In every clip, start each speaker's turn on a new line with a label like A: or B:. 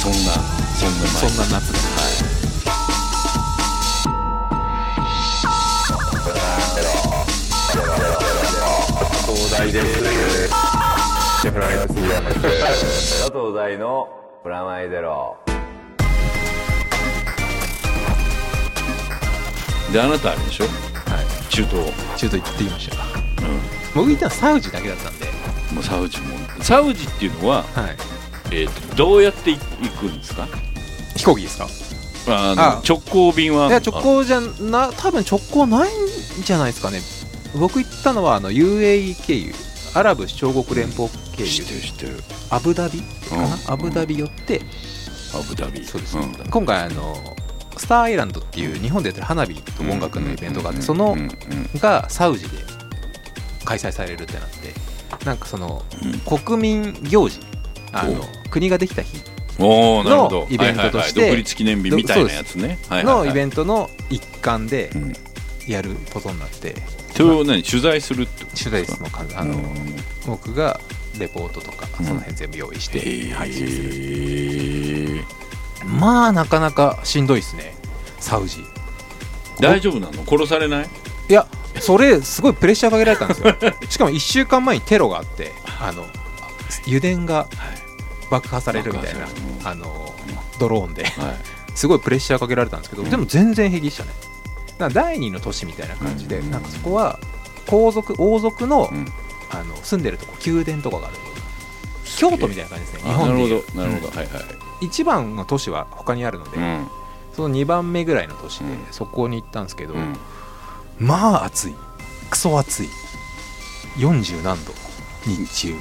A: そんなそんな
B: そんな夏だ
A: 東大です東大のプラマイゼロであなたあれでしょはい中東
B: ちょっと行ってみました
A: うん
B: 僕行ったのサウジだけだったんで、
A: もうサウジもサウジっていうのは、
B: はい、
A: えーとどうやって行くんですか
B: 飛行機ですか
A: あの
B: あ
A: 直行便はい
B: や直行じゃな多分直行ないんじゃないですかね僕行ったのはあの UAE 経由アラブ首長国連邦経
A: あ
B: 由
A: 知ってる知ってる
B: アブダビかな、
A: うん
B: アブダビ寄って
A: アブダビ
B: そうです、
A: ん
B: 今回あのスターアイランドっていう日本でやってる花火と音楽のイベントがあってその
A: うんうんうん
B: がサウジで開催されるってなってなんかその
A: うん
B: 国民行事あの国ができた日
A: おーなるほど
B: のイベントとして
A: はいはいはい独立記念日みたいなやつね
B: のイベ
A: ン
B: ントの一環で
A: うん
B: やることになって
A: それを何取材するってこと
B: 取材室の感あの僕がレポートとかその辺全部用意して配信する、
A: る
B: まあなかなかしんどいですねサウジ
A: 大丈夫なの殺されない
B: いやそれすごいプレッシャーかけられたんです よしかも1週間前にテロがあってあの油田が爆破されるみたいな
A: 爆破されるう
B: あのドローンで
A: はい
B: すごいプレッシャーかけられたんですけど
A: うん
B: でも全然平気でしたねなんか第二の都市みたいな感じで
A: うん
B: なんかそこは皇族王族の
A: うん
B: あの住んでるとこ宮殿とかがある京都みたいな感じですね日
A: あな
B: 本
A: るほ
B: でいう
A: どなるほどはいはい
B: 一番の都市は他にあるので、
A: うん
B: その2番目ぐらいの都市で、
A: うん
B: そこに行ったんですけど、
A: うん
B: まあ暑いクソ暑い40何度日中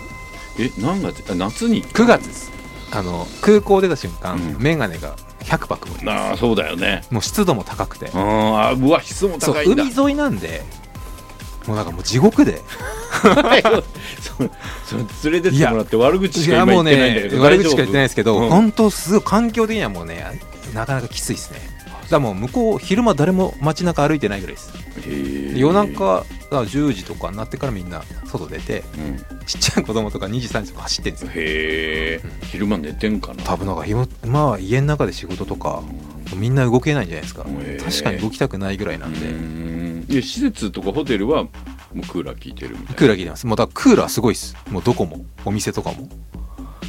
A: え何月あ夏に
B: 9月ですあの空港出た瞬間、
A: うん
B: メガネが100泊も
A: ああそうだよね
B: もう湿度も高くて
A: うんあうわ質も
B: そう
A: 高いん
B: 海
A: だ
B: 沿いなんでもうなんかもう地 獄で
A: そうそう連れてってもらって悪口しか今
B: も
A: 言っ
B: う
A: てないんだ
B: ね
A: けど
B: 悪口しか言ってないですけど、
A: うん
B: 本当すごい環境的にはもうねなかなかきついですねだからもう向こう昼間誰も街中歩いてないぐらいですで夜中が10時とかになってからみんな外出て
A: うん
B: ちっちゃい子供とか2時3時とか走ってるんですよ
A: へえ
B: うん
A: 昼間寝てんかな
B: 多分なんか今、まあ、家の中で仕事とかみんな動けないんじゃないですか
A: へえ
B: 確かに動きたくないぐらいなんで
A: うんで施設とかホテルはもうクーラー効いてるみたいな
B: クーラー切れますもうだからクーラーすごいですもうどこもお店とかも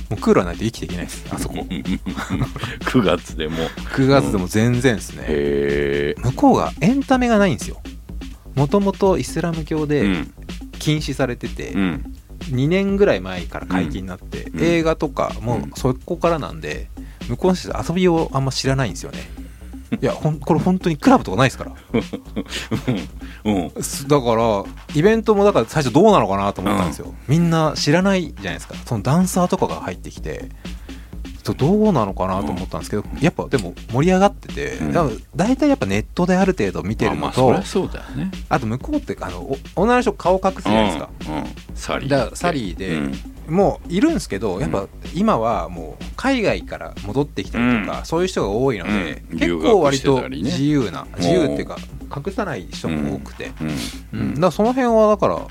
B: もうクーラーないと生きていけないですあそこ
A: 9月でも
B: 9月でも全然ですね
A: へ
B: 向こうがエンタメがないんですよもともとイスラム教
A: えう
B: で
A: ん
B: 禁止されてて
A: うん
B: 2年ぐらい前から解禁になって、
A: うん
B: 映画とか
A: う
B: も
A: ん
B: そこからなんで、向こうの人たち遊びをあんま知らないんです よねいやほんこれ本当にクラブとかないですから
A: うん
B: すだからイベントもだから最初どうなのかなと思ったんですよ、みんな知らないじゃないですかそのダンサーとかが入ってきてちょっとどうなのかなと思ったんですけど、やっぱでも盛り上がってて、
A: うん
B: だから大体やっぱネットである程度見て
A: まあ
B: る
A: ま
B: の
A: あそ
B: と、
A: り
B: あ
A: ゃ、そうだよね
B: と向こうってあのお女の人顔隠すじゃないですか、
A: うんうんサリー
B: だからサリーで
A: うん
B: もういるんですけど
A: ん
B: やっぱ今はもう海外から戻ってきたりとか、
A: うん
B: そういう人が多いので、
A: うん
B: 結構
A: 留学
B: 割
A: して
B: と
A: たりね
B: 自由な、自由っていうか隠さない人も多くて、うんだからその辺はだから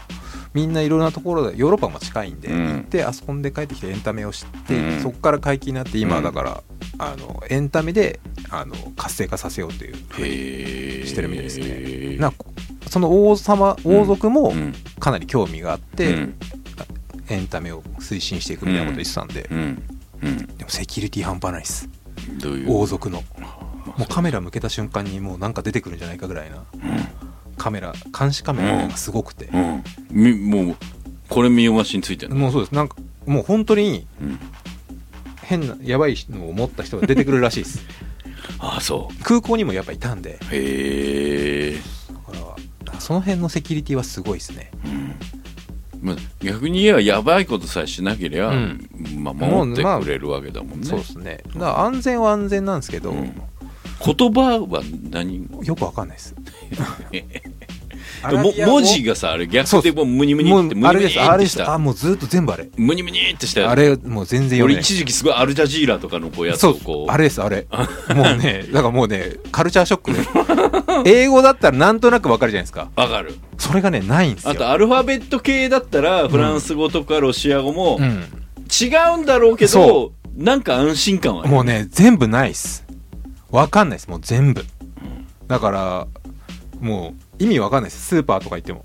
B: みんないろんなところでヨーロッパも近いんで、
A: うん
B: 行って遊んで帰ってきてエンタメを知って、
A: うん
B: そこから解禁になっ
A: う
B: て今
A: ん
B: だから、あのエンタメであの活性化させようというふうに
A: へえ
B: してるみたいです
A: ね
B: なんかその王様王族も
A: うん
B: かなり興味があって、
A: うん
B: エンタメを推進していくみたいなこと言ってたんで、
A: うんうん
B: でもセキュリティ半端ないです
A: どういう
B: 王族の
A: まあ
B: もうカメラ向けた瞬間にもうなんか出てくるんじゃないかぐらいなカメラ監視カメラがすごくて、
A: うんみもうこれ見よがしについてるの
B: もうそうですなんかもう本当に
A: うん
B: 変なやばいのを持った人が出てくるらしいです
A: ああそ
B: 空港にもやっぱいたんで
A: うへえ
B: だからその辺のセキュリティはすごいですね
A: まあ、逆に言えばやばいことさえしなけりゃ、
B: うん
A: まあ、守ってくれるわけだもんね、
B: そうですねだから安全は安全なんですけど、
A: うん言葉は何
B: よくわかんないです
A: も文字
B: が
A: がさあれ逆でもうムニムニ
B: も
A: ってムニ
B: う
A: ム
B: あれ
A: ニ
B: です
A: っ
B: あれ
A: て
B: で
A: し
B: す
A: た
B: あもうずっと全部あれ
A: ムニムニってしたやつ
B: あれもう全然読
A: 俺
B: めない
A: 一時期すごいアルジャジーラとかのこうやつ
B: そ
A: を
B: う
A: こう
B: あれですあれもうねだからもうねカルチャーショックで英語だったらなんとなくわかるじゃないですか
A: わかる
B: それがねないんですよ
A: あとアルファベット系だったらフランス語とかロシア語も
B: うん
A: 違うんだろうけ
B: そ
A: ど、なんか安心感はある
B: もうね全部ないっすわかんないっすもう全部だからもう意味わかんないっすスーパーとか行っても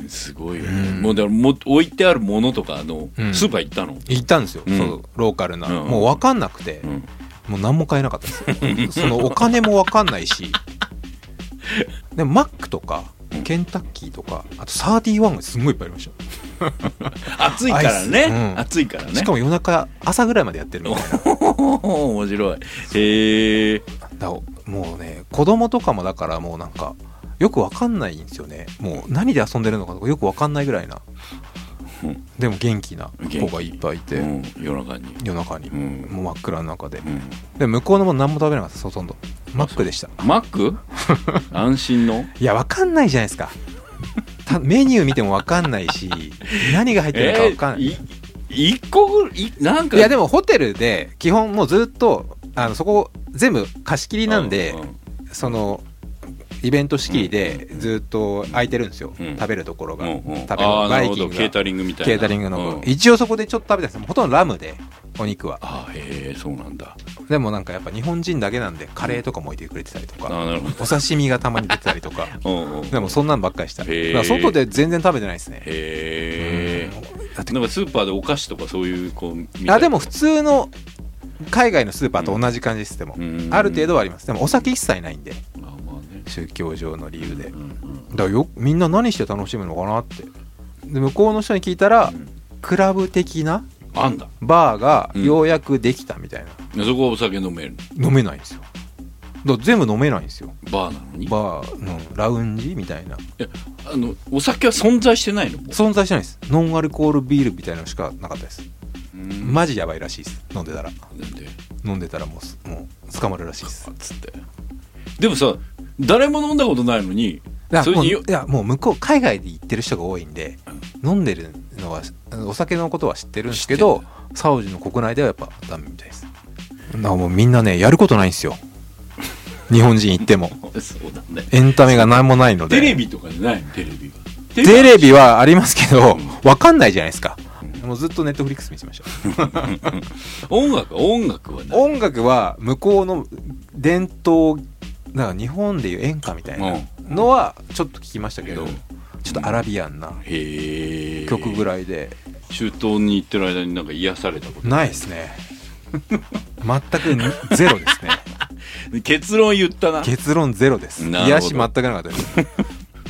A: うんすごいよね、
B: うん
A: もうだからもう置いてあるものとかあの、
B: うん
A: スーパー行ったの
B: 行ったんですよ、
A: うん
B: そうローカルな、
A: うん
B: もうわかんなくて、
A: うん
B: もう何も買えなかったです そのお金もわかんないしでもマックとか
A: うん
B: ケンタッキーとかあとサーティワンがすんごいいっぱいありましたよ
A: 暑いからね、
B: アイスうん
A: 暑いからね
B: しかも夜中朝ぐらいまでやってるみたいな
A: 面白いへえ
B: だもうね子供とかもだからもうなんかよくわかんないんですよねもう何で遊んでるのかとかよくわかんないぐらいな、
A: うん
B: でも元気な子がいっぱいいて、
A: うん、夜中に
B: 夜中に、
A: うん
B: もう真っ暗の中で
A: うん
B: で向こうのもん何も食べなかったですほとんどマックでした
A: マッ ク安心の
B: いやわかんないじゃないですかたメニュー見てもわかんない し何が入ってるのかわかんない、
A: えい一個ぐらいなんか
B: いやでもホテルで基本もうずっとあのそこ全部貸し切りなんで、
A: う
B: そのイベント仕切りでずっと空いてるんですよ、
A: うん
B: 食べるところが、
A: うんうんあ
B: 食べる
A: あな
B: バ
A: る
B: イ
A: ほ
B: キン
A: ど
B: グ
A: ケー
B: が
A: タリングみたいな
B: ケータリングの
A: う
B: 分、
A: ん
B: 一応そこでちょっと食べたんですほとんどラムでお肉は
A: ああへえそうなんだ
B: でもなんかやっぱ日本人だけなんでカレーとかも置いてくれてたりと
A: あ
B: か、
A: あなるほ
B: お刺身がたまに出てたり とか
A: どうんうん
B: でもそんなんばっかりしただか
A: へー
B: ら外で全然食べてないですね
A: へ
B: うんだって
A: えなんかスーパーでお菓子とかそういうこうみたいな
B: あでも普通の海外のスーパーと同じ感じですでも、
A: うん
B: ある程度はありますでもお酒一切ないんで
A: あまあね
B: 宗教上の理由でだ
A: う
B: か
A: んうん
B: らよみんな何して楽しむのかなってで向こうの人に聞いたら、
A: うん
B: クラブ的な
A: あんだ
B: バーが
A: うん
B: ようやくできたみたいな、
A: そこはお酒飲める
B: 飲めないんですよだから全部飲めないんですよ
A: バーなのに
B: バーのラウンジみたいな
A: あのお酒は存在してないの
B: 存在しないですノンアルコールビールみたいなのしかなかったです
A: うん
B: マジやばいらしいです飲んでた
A: な
B: ら
A: んで
B: 飲んでたらもうすもう捕まるらしいです
A: あつってでもさ誰も飲んだことないのに
B: だ
A: そ
B: か
A: れ
B: らもう
A: に
B: い
A: よ
B: やもう向こう海外で行ってる人が多いんで、飲んでるのはお酒のことは知ってるんですけ
A: 知っ
B: どサウジの国内ではやっぱダメみたいですだからもうみんなねやることないんで すよ日本人行っても
A: そうだね
B: エンタメが何もないので
A: テレビとかじゃないテレビは
B: テレビはありますけど
A: うん
B: わかんないじゃないですかもうずっとネットフリックス見てました
A: 音楽は音楽はない
B: 音楽は向こうの伝統なんか日本でいう演歌みたいなのはちょっと聞きましたけど、
A: うん
B: ちょっとアラビアンな
A: へえ
B: 曲ぐ
A: らい
B: らいで、
A: 中東に行ってる間になんか癒されたこ
B: ないですね全くゼ ロですね
A: と結論言ったな
B: 結論ゼロです
A: なるほど
B: 癒し全くなかったです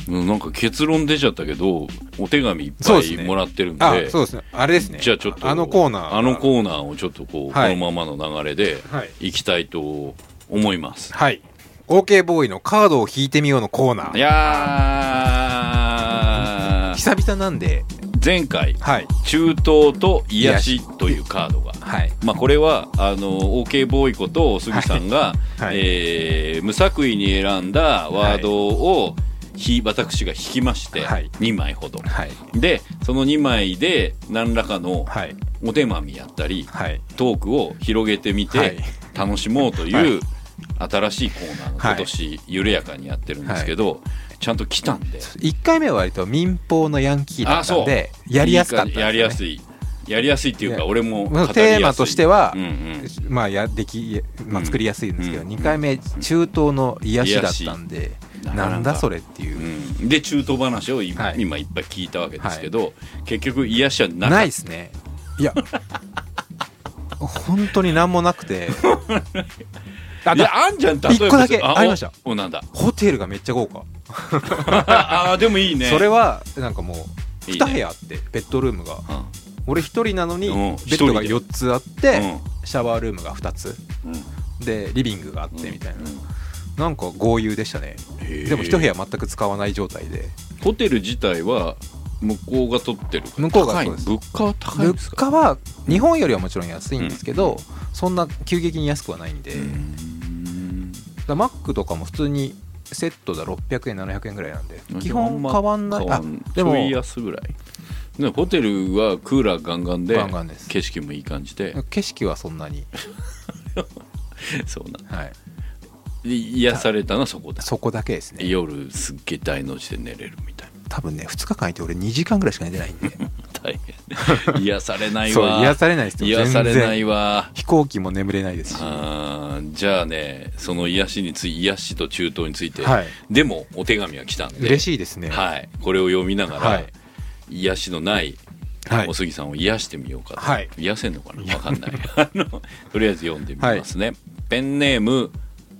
A: うんなんか結論出ちゃったけどお手紙いっ
B: そ
A: ぱ
B: うです
A: い
B: ね
A: もらってるんで
B: あそうですねあれですね
A: じゃあちょっと
B: あのコーナー
A: あの
B: ー
A: コーナーをちょっとこう、
B: はい
A: このままの流れで
B: はい
A: 行きたいと思います
B: はい OK ボーイのカードを引いてみようのコーナ
A: い
B: ー
A: やー
B: 久々なんで
A: 前回
B: はい
A: 中東と癒しというカードが
B: はい
A: まあ、これはあの OK ボーイことおすぎさんが、
B: はい
A: えー無作為に選んだワードを、ひ私が引きまして、
B: はい
A: 2枚ほど
B: はい
A: でその2枚で何らかの
B: はい
A: お手まみやったり
B: はい
A: トークを広げてみ
B: は
A: て
B: い
A: 楽しもうという新しいコーナーが今年緩やかにやってるんですけど、ちゃんと来たんで
B: 1回目は割と民放のヤンキーだったんでやりやすかったです、ね、
A: やりやすいやりやすいっていうか
B: ね
A: 俺も語りやすい
B: テーマとしては
A: うんうん
B: まあやでき、まあ、作りやすいんですけど、
A: うん
B: 2回目中東の癒しだったんで
A: 癒し
B: なんだそれっていう、
A: うんで中東話を今,、
B: はい
A: 今いっぱい聞いたわけですけど、結局癒しはなか
B: ないですねいや本当に何もなくて あ
A: い
B: だ
A: やあんじゃん例えば
B: 一個だけありました
A: おおなんだ
B: ホテルがめっちゃ豪華、
A: ああでもいいね
B: それはなんかもう
A: いいね
B: 2部屋あってベッドルームが
A: うん
B: 俺1人なのに
A: うん
B: ベッドが
A: 一人で
B: 4つあってシャワールームが2つ
A: うん
B: でリビングがあってみたいな、
A: うん
B: なんか豪遊でしたね
A: へー
B: でも1部屋全く使わない状態で
A: ホテル自体は向こうが取ってる
B: 向こうがそうです
A: 高い物価は高いんです
B: 物
A: か
B: 価は日本よりはもちろん安いんですけど、そんな急激に安くはないんで、
A: う
B: だか
A: ん
B: らマックとかも普通にセットだ600円700円ぐらいなんで
A: まあ
B: 基本変わんない
A: 変
B: あで
A: ち
B: も
A: ょい安ぐらいでもホテルはクーラーガンガンで
B: ガンガンです
A: 景色もいい感じで
B: 景色はそんなに、
A: そうなん
B: はい、
A: で癒されたのはそこだ
B: そこだけですね
A: 夜すっげえ大の字で寝れるみたいな
B: 多分ね2日間いて俺2時間ぐらいしか寝てないんで
A: 大変癒されない
B: そう
A: わ
B: 癒されないですよ
A: 癒
B: 全
A: されな
B: 然
A: いわ
B: 飛行機も眠れないですしは
A: あーじゃあねその癒しについ癒しと中東について、
B: い
A: でもお手紙は来たんで
B: 嬉しいですね
A: はい、これを読みながら、
B: はい
A: 癒しのない
B: はい
A: お杉さんを癒してみようかと、
B: はい
A: 癒せんのかなわか んないあのとりあえず読んでみますね、ペンネーム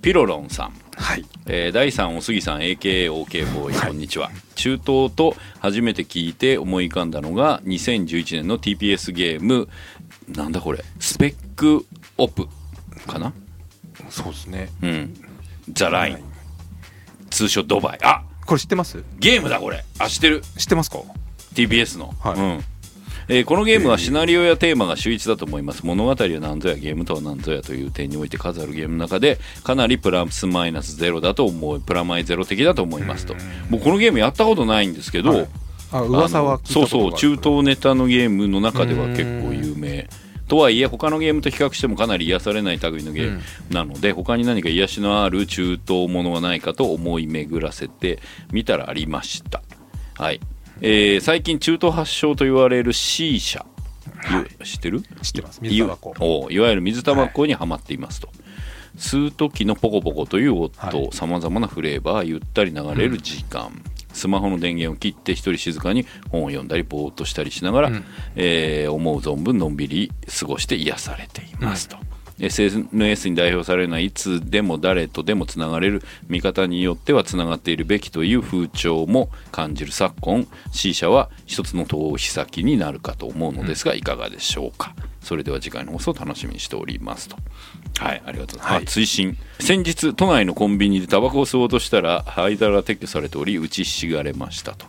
A: ピロロンさん
B: はい
A: えー、第3お杉さん AKOK ボーイこんにちは、中東と初めて聞いて思い浮かんだのが2011年の TPS ゲームなんだこれスペックオプかな
B: そうですね
A: うんザライン通称ドバイあ
B: これ知ってます
A: ゲームだこれあ知ってる
B: 知ってますか
A: TBS の、
B: はい
A: うんえーこのゲームはシナリオやテーマが秀逸だと思います物語は何ぞやゲームとは何ぞやという点において数あるゲームの中でかなりプラスマイナスゼロだと思うプラマイゼロ的だと思いますと僕このゲームやったことないんですけど、
B: はいあ噂は聞いた
A: そう
B: ことが
A: そ
B: あ
A: う
B: る
A: 中東ネタのゲームの中では結構有名とはいえ他のゲームと比較してもかなり癒されない類のゲームなので、他に何か癒しのある中東ものはないかと思い巡らせてみたらありましたはい、えー最近中東発祥と言われる C 社、ゆ知ってる
B: 知ってます水タバコ
A: いおういわゆる水タバコにはまっていますと、吸う時のポコポコという
B: はい
A: 音さまざまなフレーバーゆったり流れる時間、スマホの電源を切って一人静かに本を読んだりぼーっとしたりしながら、
B: うん
A: えー思う存分のんびり過ごして癒されていますと、SNS に代表されないいつでも誰とでもつながれる見方によってはつながっているべきという風潮も感じる昨今 C 社は一つの投資先になるかと思うのですがいかがでしょうか、それでは次回の放送を楽しみにしておりますとはいありがとうございます、
B: はい
A: あ追伸先日都内のコンビニでタバコを吸おうとしたら灰皿が撤去されており打ちひしがれましたと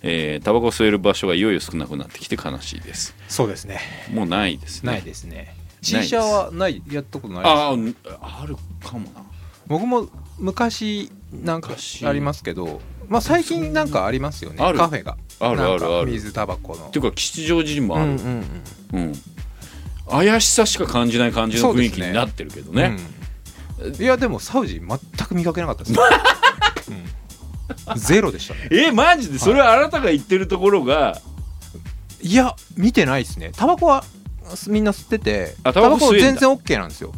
A: えータバコを吸える場所がいよいよ少なくなってきて悲しいです
B: そうですね
A: もうないですね
B: ないですね
A: ない
B: C
A: です
B: 社はないやったことないです
A: あーあるかもな
B: 僕も昔なんか
A: 昔
B: ありますけど、まあ、最近なんかありますよね
A: ある
B: カフェが
A: ある
B: な
A: あ
B: んか
A: るある
B: 水タバコの
A: っていうか吉祥寺にもある、
B: うんうんうん
A: うん、怪しさしか感じない感じの雰囲気になってるけどね
B: うんいやでもサウジ全く見かけなか ったです、うんゼロでしたね
A: えマジでそれはあなたが言ってるところが、
B: いや見てないですねタバコはすみんな吸ってて
A: あ
B: タ
A: タバ
B: バ
A: コ
B: コ
A: 吸えんだ
B: 全然 OK なんですよ、うん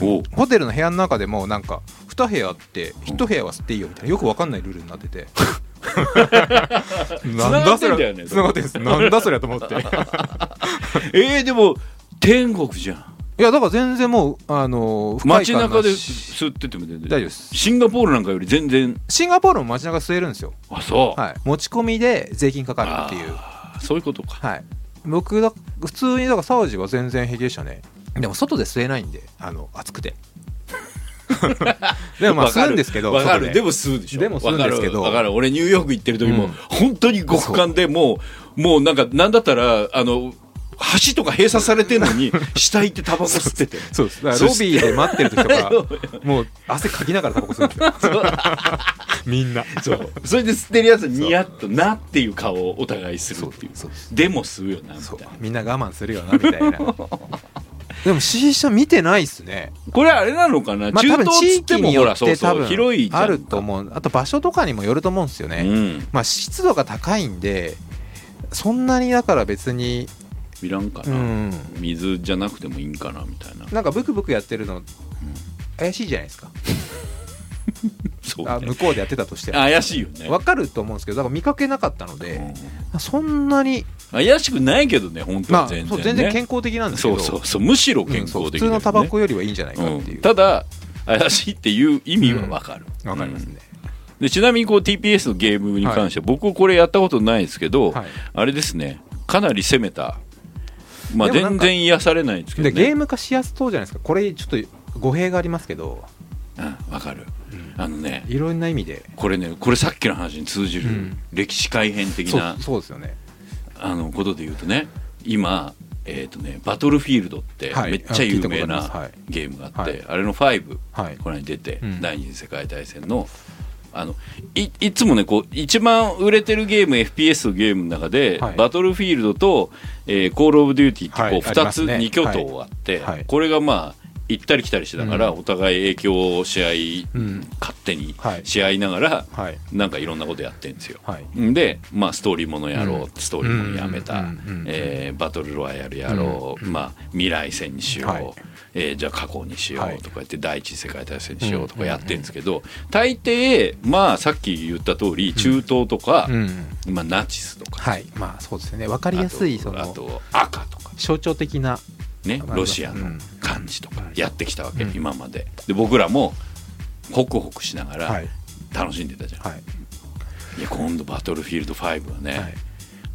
A: おう
B: ホテルの部屋の中でもなんか2部屋あって1部屋は吸っていいよみたいなよくわかんないルールになっ ててなんだそ
A: 繋がってんだよ
B: れ
A: ね
B: 繋がってんですなんだそりゃと思っ てい
A: えーでも天国じゃん
B: やだから全然もうあのー不快
A: 街
B: 感なし
A: 中で吸ってても全然
B: 大丈夫です
A: シンガポールなんかより全然
B: シンガポールも街中吸えるんですよ、
A: あそう、
B: はい、持ち込みで税金かかるっていう
A: あーそういうことか
B: はい、僕だ普通にだからサウジは全然平気でしたねでも外で吸えないんであの暑 くてでもまあ
A: わか
B: 吸うんですけど
A: わか
B: 外
A: るでも吸うでしょ
B: でも吸うんですけど
A: わかるわかる俺ニューヨーク行ってる時も、
B: うん
A: 本当に極寒でもうもうなんかなんだったらあの橋とか閉鎖されてんの に下行ってタバコ吸ってて
B: そうですだからロビーで待ってる時と かもう汗かきながらタバコ吸うんですよみんな
A: そうそれで吸ってるやつニヤッとなっていう顔をお互いする
B: そ
A: っ
B: う
A: ていう
B: そうです
A: でも吸うよなみ
B: そう
A: たいな
B: みんな我慢するよなみたいなでも C 社見てないっすね、
A: これあれなのかな、
B: まあ、多
A: 中
B: 分
A: 東
B: 地
A: っつって
B: 域
A: も
B: に
A: ほ
B: よ
A: ら
B: っ
A: そう
B: て多
A: そう
B: 分
A: 広いじゃん
B: あると思うあと場所とかにもよると思うんですよね、
A: うん
B: まあ、湿度が高いんでそんなにだから別に
A: いらんか
B: う
A: な、
B: ん
A: 水じゃなくてもいいんかなみたいな、
B: なんかブクブクやってるの怪しいじゃないですか、
A: そう
B: あ
A: ね
B: 向こうでやってたとしても
A: 怪しいよね
B: わかると思うんですけどだから見かけなかったの
A: う
B: で、
A: ん
B: そんなに
A: 怪しくないけどね本当
B: まあ
A: は
B: 全
A: 全
B: 然,、
A: 然、
B: そう
A: ね
B: 全然健康的なんですけ
A: そ
B: ど
A: うそうそうむしろ
B: うん
A: 健康的
B: そう普通
A: だよね
B: のタバコよりはいいんじゃないかって
A: う
B: い
A: ん
B: う、
A: ただ怪しいっていう意味はわかる、
B: わかりますね、
A: でちなみにこう TPS のゲームに関しては、僕これやったことないですけど、
B: はい
A: あれですねかなり攻めたまあ
B: でもなん
A: 全
B: か
A: 然癒されないんですけど
B: で
A: ね
B: ゲーム化しやすそうじゃないですかこれちょっと語弊がありますけど
A: うんわかる、あのね
B: いろんな意味で
A: これねこれさっきの話に通じる、
B: うん
A: 歴史改変的
B: そ
A: な
B: うそうですよね
A: あのことで言うとね今えーとね、バトルフィールドって
B: はい
A: めっちゃ有名
B: あ聞いたこと
A: な
B: あります
A: ゲームがあって、
B: はい
A: あれの5、
B: はい
A: この間出て、
B: うん
A: 第二次世界大戦のあのいいつもねこう一番売れてるゲーム FPS のゲームの中で、
B: はい
A: バトルフィールドと、えーコール・オブ・デューティーってこう
B: はいあり
A: 2
B: ま
A: つ、
B: すね
A: 2巨頭あって、
B: はいはい
A: これがまあ行ったり来たりしてたから、
B: う
A: お互い影響をし合い、
B: うん
A: 勝手に
B: はい
A: し合いながら、
B: はい
A: なんかいろんなことやってんですよ。
B: はい
A: で、まあ、ストーリーものやろう、
B: うん
A: ストーリーものやめた、
B: うんうん
A: えーバトルロワイヤルやろう、まあ、未来戦にしよう、
B: はい
A: えーじゃあ過去にしよ
B: はいう
A: とかやって第一次世界大戦にしようとかやってるんですけど、大抵、まあ、さっき言った通り中東とか、
B: うん
A: まあ、ナチスとか、
B: はいまあそうですよね分かりやすいそ
A: あ
B: の
A: とあと赤とか、
B: 象徴的な
A: ね、
B: まあ
A: ロシア
B: う
A: の
B: ん
A: 感じとかやってきたわけ、
B: うん
A: 今まで。で僕らもホクホクしなが
B: は
A: ら
B: い
A: 楽しんでたじゃん、
B: はい
A: いや今度「バトルフィールド5」はね、
B: はい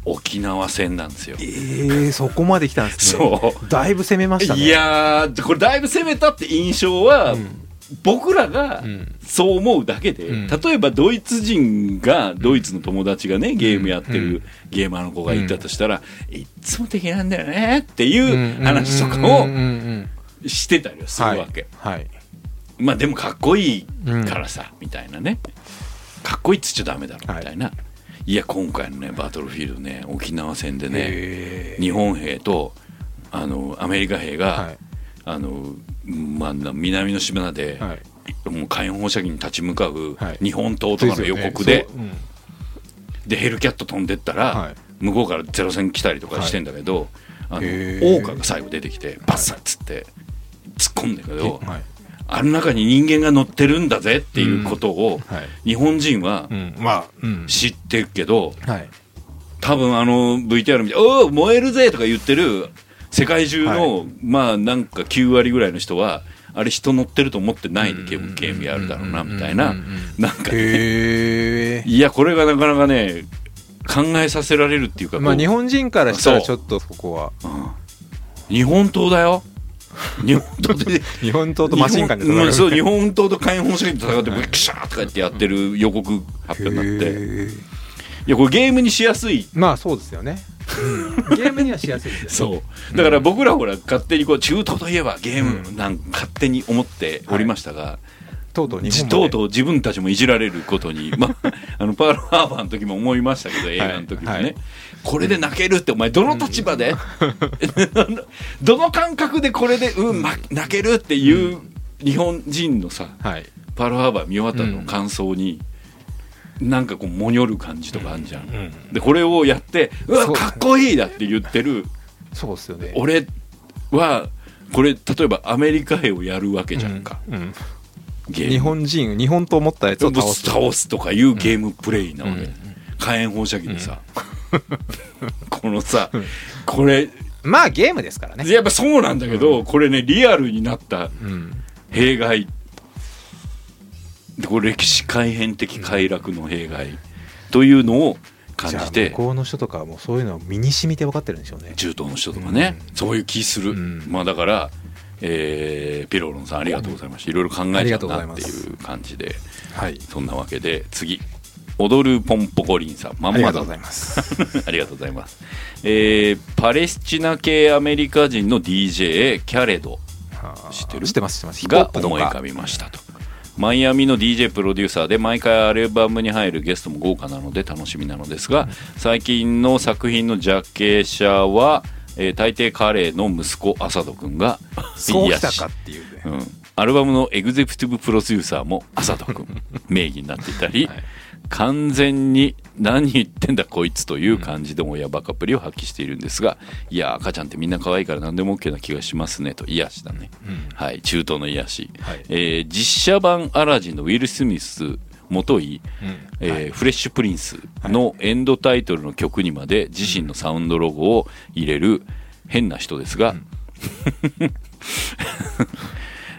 A: 沖縄戦なんですよ。
B: ええそこまで来たんですね
A: そう
B: だいぶ攻めましたね
A: いやーこれだいぶ攻めたって印象は、
B: うん
A: 僕らが
B: うん
A: そう思うだけで、
B: うん
A: 例えばドイツ人がドイツの友達がねゲームやって
B: う
A: る
B: ん
A: ゲーマーの子がいたとしたら、いっつも敵なんだよねっていう話とか
B: うんうんう
A: を
B: んうん
A: してたりはするわけ、
B: はいはい
A: まあでもかっこいいからさ、みたいなねかっこいいっつっちゃダメだろみたいな、い、や今回のねバトルフィールドね沖縄戦でね
B: へー
A: 日本兵とあのアメリカ兵が、
B: はい
A: あの、まあ、な南の島で、
B: はい
A: もう火炎放射器に立ち向かう
B: はい
A: 日本刀とかの予告で,、
B: すよね
A: でヘルキャット飛んでったら、
B: はい
A: 向こうからゼロ戦来たりとかしてんだけど、あの
B: へ
A: 桜
B: ー
A: 花が最後出てきてバッサッつって突っ込んだけ
B: そう
A: ど、
B: うんはい
A: あの中に人間が乗ってるんだぜっていうことを、
B: はい
A: 日本人は
B: うんまあうん
A: 知ってるけど
B: はい
A: 多分あの VTR 見て「おお燃えるぜ!」とか言ってる世界中の、まあなんか9割ぐらいの人はあれ人乗ってると思ってないでゲームゲームやるだろうなみたいな
B: うんうんうん
A: なんかね
B: へえ
A: いやこれがなかなかね考えさせられるっていうかこう
B: まあ日本人からしたらち
A: そ
B: ょ
A: う
B: っとそこは
A: 日本刀だよ日本刀 で
B: 日本刀とマシンガンで
A: 日本うんそう日
B: 本
A: 本刀と火炎放射器で戦ってブキシャーとかやってやってる予告発表になっていやこれゲームにしやすい
B: まあそうですよねゲームにはしやすい ですよね
A: そうだから僕らほら勝手にこう中東といえばゲームなんか勝手に思っておりましたが、
B: とうとう日
A: じ
B: 本
A: と
B: ま
A: う
B: で
A: とう自分たちもいじられることに、まあ、あのパールハーバーの時も思いましたけど映画の時もね、
B: はいはい
A: これで泣けるってお前どの立場で、 どの感覚でこれで、うんま、泣けるっていう日本人のさ
B: はい
A: パールハーバー見終わったの
B: う
A: の
B: ん
A: 感想に、なんかこうもにょる感じとかあるじゃん、
B: ん
A: でこれをやってうわ
B: そう
A: かっこいいだって言ってる。
B: そうですよね
A: 俺はこれ例えばアメリカ兵をやるわけじゃんか、
B: うん
A: ゲーム
B: 日本人日本刀持ったやつを倒
A: 倒
B: す
A: すとかいうゲームプレイなわけ、
B: うん
A: 火炎放射器でさ、 このさこれ
B: まあゲームですからね
A: やっぱそうなんだけど、これねリアルになった
B: うん
A: 弊害でこれ歴史改変的快楽の弊害というのを感じ
B: じゃあ
A: て
B: 向こうの人とかはもうそういうのを身に染みて分かってるんでしょうね
A: 中東の人とかね、そういう気する、
B: うん
A: まあだから、えーピロロンさんありがとうございましたいろいろ考
B: あ
A: え
B: り
A: ちゃ
B: が
A: う
B: とうござい
A: なっ
B: ま
A: て
B: す
A: いう感じで
B: はい
A: そんなわけで次踊るポンポコリンさんま
B: あ
A: ん
B: り
A: ま
B: がとう
A: だ
B: ございま す
A: ありがとうございます、えーパレスチナ系アメリカ人の DJ キャレド知ってる
B: 知ってます知ってますヒップホッ
A: が
B: プと
A: 思い浮か
B: か
A: びましたとマイアミの DJ プロデューサーで毎回アルバムに入るゲストも豪華なので楽しみなのですが最近の作品のジャケ写は、えー大抵カレーの息子浅戸君が
B: そうきた
A: い
B: か
A: や
B: っていうね
A: うん、アルバムのエグゼクティブプロデューサーも浅戸 君名義になっていたり、
B: はい
A: 完全に何言ってんだこいつという感じでも親バカっぷりを発揮しているんですがいや赤ちゃんってみんな可愛いから何でも OK な気がしますねと癒しだね、
B: うん
A: はい中東の癒し、
B: はい
A: えー実写版アラジンのウィル・スミス元井、えーフレッシュプリンスのエンドタイトルの曲にまで自身のサウンドロゴを入れる変な人ですが、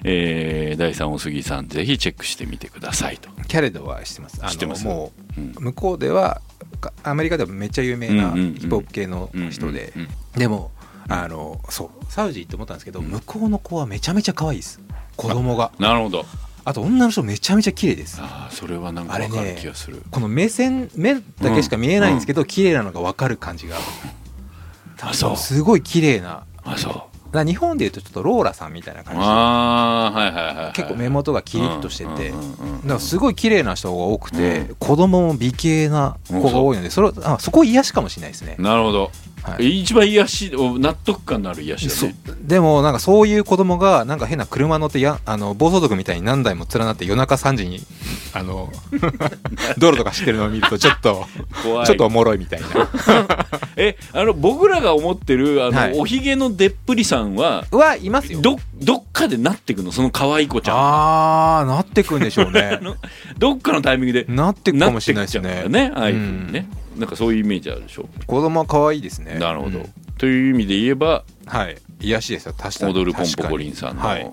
A: えー第3お杉さんぜひチェックしてみてくださいと
B: キャレドは知ってますあの
A: 知ってます
B: もう
A: うん
B: 向こうではかアメリカではめっちゃ有名
A: う
B: な
A: んうんうん
B: ヒップホップ系の人で
A: うんうん
B: でもあのそうサウジ行って思ったんですけど向こうの子はめちゃめちゃ可愛いです子供が
A: なるほど
B: あと女の人めちゃめちゃ綺麗です
A: あーそれはなんか
B: あれ
A: わ
B: ね
A: かる気がする、
B: この目線目だけしか見えないんですけど綺麗なのが分かる感じが
A: あそう
B: すごい綺麗な
A: あそう
B: だから日本でいうとちょっとローラさんみたいな感じで
A: ああはいはいはいはい
B: 結構目元がキリッとしてて
A: う
B: だ
A: んうんうんうん
B: からすごい綺麗な人が多くて
A: う
B: 子供も美形な子が多いのでそれはあそこ癒しかもしれないですね
A: なるほど
B: はい
A: 一番癒し納得感のある癒しだね
B: でもなんかそういう子供がなんか変な車乗ってやあの暴走族みたいに何台も連なって夜中3 時にあの道路とか走ってるのを見るとちょっと
A: 怖い
B: ちょっとおもろいみたいな
A: えあの僕らが思ってるあの、
B: はい
A: おひげのでっぷりさんは
B: はいますよ
A: どどっかでなってくのその可愛い子ちゃん
B: あーなってくんでしょうね
A: どっかのタイミングで
B: なってくかもしれないです
A: なってくんじゃ
B: ね
A: んだよねああいうふうにね、なんかそういうイメージあるでしょ
B: 子供は可愛いですね
A: なるほど、
B: うん
A: という意味で言えば
B: はい癒しですよ足したら
A: 踊るポンポコリンさんの、
B: 確かに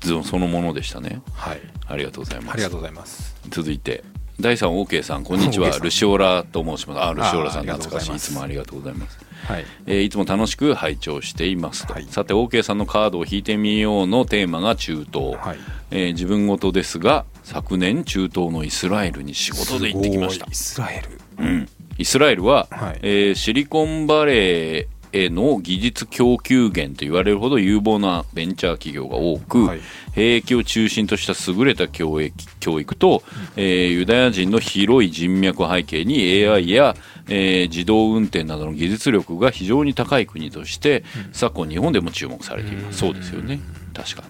A: ずそのものでしたね
B: はい、はい、
A: ありがとうございます
B: ありがとうございます
A: 続いて第三 OK さんこんにち
B: OK
A: は
B: さん
A: ルシオラと申しますあルシオラさ
B: ああ
A: ん
B: りがとう
A: 懐
B: ご
A: か
B: ざ
A: し
B: い
A: いい
B: ます
A: つもありがとうございます
B: はい
A: えーいつも楽しく拝聴していますと、
B: はい
A: さて OK さんのカードを引いてみようのテーマが中東、
B: はい
A: えー自分事ですが昨年中東のイスラエルに仕事で行ってきまし
B: す
A: た
B: ごいイスラエル
A: うん、イスラエルは、
B: はい
A: えーシリコンバレーへの技術供給源と言われるほど有望なベンチャー企業が多く、
B: はい
A: 兵役を中心とした優れた教育教育と、えーユダヤ人の広い人脈を背景に AI や、えー自動運転などの技術力が非常に高い国として、昨今日本でも注目されていますそうですよね確かに、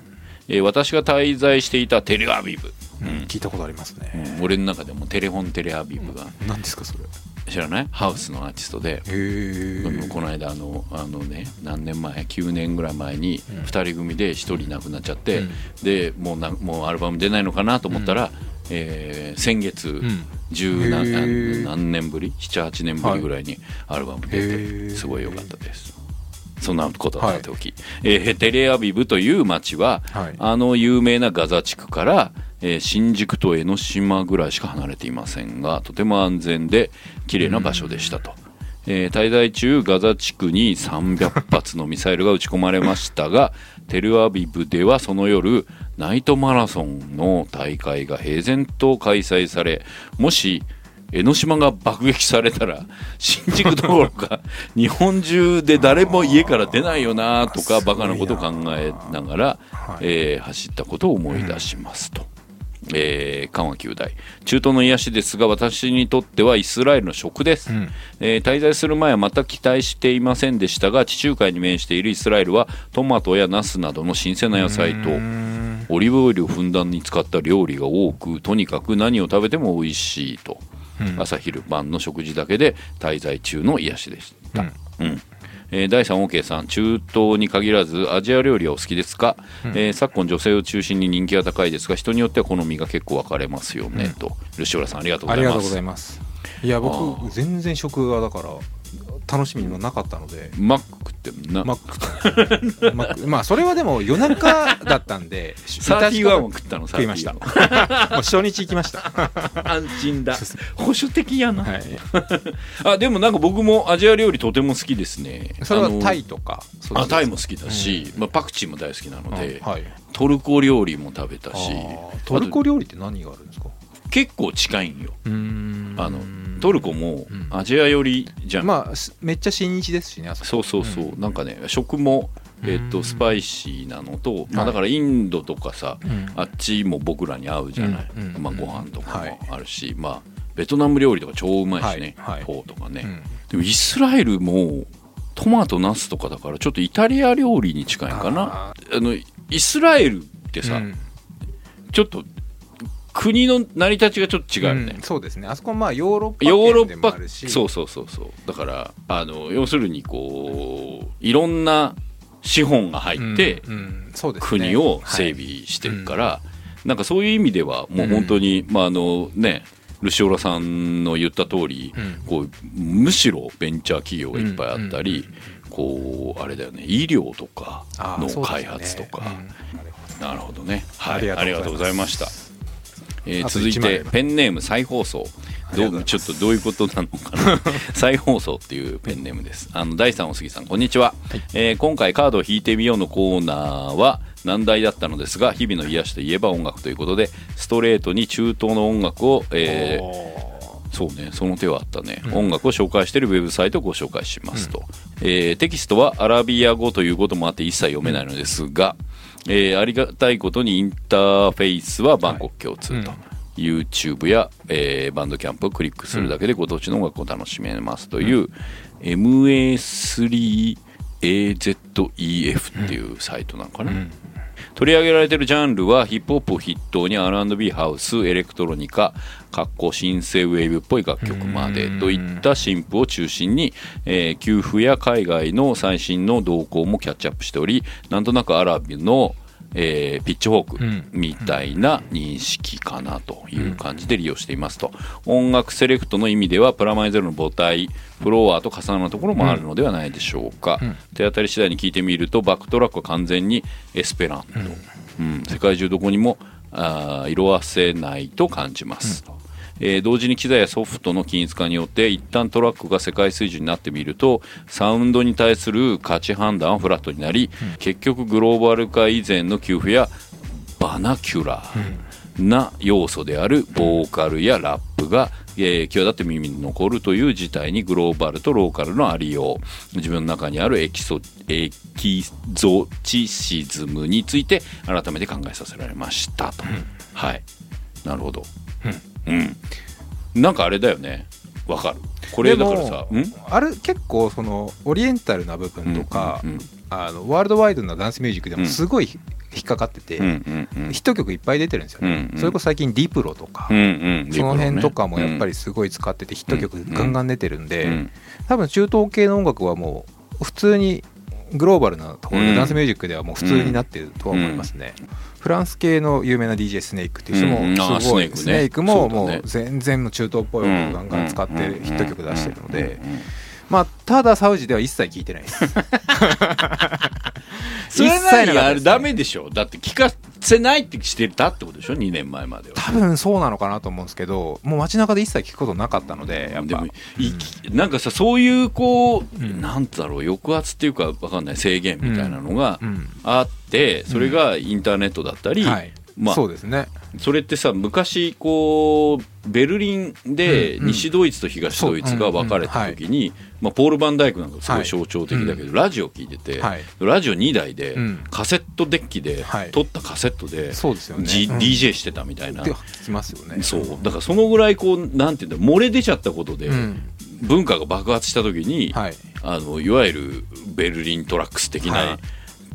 A: えー私が滞在していたテレアビブ、
B: 聞いたことありますね、
A: うん俺の中でもテレフォンテレアビブが、
B: 何ですかそれへ
A: 知らないハウスのアーティストで、
B: え
A: うんこの間あのあのね何年前9年ぐらい前に2人組で1人亡くなっちゃって、
B: うん
A: でもうなもうアルバム出ないのかなと思ったら、えー先月
B: ん
A: 十何,、
B: へー
A: 何年ぶり78年ぶりぐらいにアルバム出て、
B: へー
A: すごい良かったです。そんなことはさておき、えーテレアビブという町は、
B: はい
A: あの有名なガザ地区から、えー新宿と江ノ島ぐらいしか離れていませんがとても安全で綺麗な場所でしたと、えー滞在中ガザ地区に300発のミサイルが撃ち込まれました がテルアビブではその夜ナイトマラソンの大会が平然と開催されもし江ノ島が爆撃されたら 新宿どころか日本中で誰も家から出ないよなとか
B: すご
A: バ
B: い
A: カ
B: な
A: なことを考えながら、
B: はい
A: えー走ったことを思い出しますと。えー緩和9代中東の癒しですが私にとってはイスラエルの食です、
B: うん
A: えー滞在する前は全く期待していませんでしたが地中海に面しているイスラエルはトマトやナスなどの新鮮な野菜と
B: うん
A: オリーブオイルをふんだんに使った料理が多くとにかく何を食べても美味しいと、
B: うん
A: 朝昼晩の食事だけで滞在中の癒しでした
B: うん
A: うんえー第3 OK さん中東に限らずアジア料理はお好きですか、えー昨今女性を中心に人気が高いですが人によっては好みが結構分かれますよね、と漆原さんありがとうご
B: あ
A: ざい
B: り
A: ま
B: がとうご
A: す
B: ざいますいや
A: あ
B: 僕全然食がだから楽しみもなかったので
A: マックってな、
B: マック マックまあそれはでも夜中だったんで
A: サーティワンを
B: も
A: 食ったの
B: 食いました
A: 31
B: う初日行きま したは
A: を 安心だ保守的やな、
B: い
A: あでもなんか僕もアジア料理とても好きですね
B: それ
A: あ
B: は
A: の
B: タイとかそっち
A: あタイも好きだし、まあ、パクチーも大好きなので、
B: はい
A: トルコ料理も食べた
B: あ
A: し
B: ートルコ料理って何があるんですか
A: あと結構近いんよ
B: うん
A: あのトルコも
B: うん
A: アジア寄りじゃん、
B: まあすめっちゃ新日ですしねあそこ
A: そうそうそう、なんかね食も、えっ
B: う
A: と
B: ん
A: スパイシーなのと、まあ、
B: はい
A: だからインドとかさ、
B: うん
A: あっちも僕らに合うじゃない、
B: うんうん
A: まあ、ご飯とか
B: はい
A: もあるし、まあ、ベトナム料理とか超うまいしね、
B: はいはい
A: フォーとかね、
B: うん
A: でもイスラエルもトマトナスとかだからちょっとイタリア料理に近いかなあのイスラエルってさ、
B: うん
A: ちょっと国の成り立ちがちょっと違うよね、
B: うんそうですねあそこまあヨーロッパ
A: ヨーロ
B: 圏で
A: ッ
B: も
A: パ
B: あるし
A: そうそうそうそうだからあの要するにこういろんな資本が入って
B: うんうんそうですね
A: 国を整備してるから、なんかそういう意味ではもう本当に、まああのねルシオラさんの言った通り、
B: うん
A: こうむしろベンチャー企業がいっぱいあったり、こうあれだよね医療とか
B: あー
A: の
B: そうです
A: 開
B: ね
A: 発とか、
B: うん
A: なるほどね、は
B: あ
A: い、
B: り
A: ありが
B: が
A: と
B: と
A: うご
B: うご
A: ざ
B: ざ
A: い
B: い
A: ま
B: ま
A: し
B: す
A: た。えー
B: あと
A: 続い
B: 一枚あ
A: て
B: れば
A: ペンネーム再放送
B: あり
A: ど
B: がとうございうます
A: ちょっとどういうことなのかな 再放送っていうペンネームですあの第3お杉さんこんにちは、えー今回カードを引いてみようのコーナーは難題だったのですが日々の癒しといえば音楽ということでストレートに中東の音楽を、えー
B: お
A: そうねその手はあったね、音楽を紹介しているウェブサイトをご紹介しますと、えーテキストはアラビア語ということもあって一切読めないのですが、えーありがたいことにインターフェースはバンコク共通と、
B: はい
A: YouTube や、えーバンドキャンプをクリックするだけでご当地の音楽を楽しめますという、 MA3AZEF っていうサイトなんかな、
B: うん
A: 取り上げられてるジャンルはヒップホップを筆頭に R&B ハウスエレクトロニカ格好新生ウェーブっぽい楽曲まで
B: うん
A: といった新譜を中心に、えー給付や海外の最新の動向もキャッチアップしておりなんとなくアラビの、えーピッチフォーク、
B: うん
A: みたいな認識かなという感じで利用していますと、音楽セレクトの意味ではプラマイゼロの母体フロアと重なるところもあるのではないでしょうか、
B: うん
A: 手当たり次第に聞いてみるとバックトラックは完全にエスペラント、うん世界中どこにもあー色あせないと感じます、えー同時に機材やソフトの均一化によって一旦トラックが世界水準になってみるとサウンドに対する価値判断はフラットになり、結局グローバル化以前の給付やバナキュラーな要素であるボーカルやラップが、えー、際立って耳に残るという事態にグローバルとローカルのありよう自分の中にあるエキソエキゾチシズムについて改めて考えさせられましたと、はいなるほどうん、なんかあれだよねわかるこれ
B: で
A: だ
B: も
A: からさうん
B: あれ結構そのオリエンタルな部分とか、
A: うん
B: あのワールドワイドなダンスミュージックでもすごいひ引っかかってて、
A: うんうんうん
B: ヒット曲いっぱい出てるんですよね、
A: うんうん
B: それこそ最近ディプロとか、
A: うんうん
B: その辺とかもやっぱ
A: り、
B: りすごい使っててヒット曲ガンガン出てるんで、
A: うん
B: 多分中東系の音楽はもう普通にグローバルなところ
A: う
B: で
A: ん
B: ダンスミュージックではもう普通になってるとは思いますね、フランス系の有名な DJ スネークっていう人
A: うんあ
B: も
A: ー
B: すごい、
A: スネークね
B: スネークも
A: そう
B: も
A: だね
B: う全然もう中東っぽい音楽ガンガン使って
A: うん
B: ヒット曲出してるの
A: うんうん
B: で
A: うんうん
B: まあただサウジでは一切聴いてないです
A: それ
B: 一切
A: な
B: なか
A: り
B: っ
A: あ
B: たで
A: れ
B: すね
A: ダメでしょだって聞かせないってしてたってことでしょ2年前までは
B: 多分そうなのかなと思うんですけどもう街中で一切聞くことなかったのでやっ
A: で
B: ぱ
A: もいきなんかさそういうこう、
B: うん
A: なんつうだろう抑圧っていうかわかんない制限みたいなのが
B: うん
A: あって、それがインターネットだったり、
B: はい、
A: まあ
B: そうですね
A: それってさ昔こうベルリンで
B: うんうん
A: 西ドイツと東ドイツが分かれた時に、まあ、ポール・バンダイクなんかすごい象徴的だけど、ラジオ聞いてて、
B: はい
A: ラジオ2台で、
B: うん
A: カセットデッキで、
B: はい
A: 撮ったカセットで、
B: そうですよね、
A: G
B: うん
A: DJ してたみたいな
B: って。聞きますよね
A: そうだからそのぐらいこうなんていうんだ漏れ出ちゃったことで、
B: うん
A: 文化が爆発した時に、
B: はい
A: あのいわゆるベルリントラックス的
B: は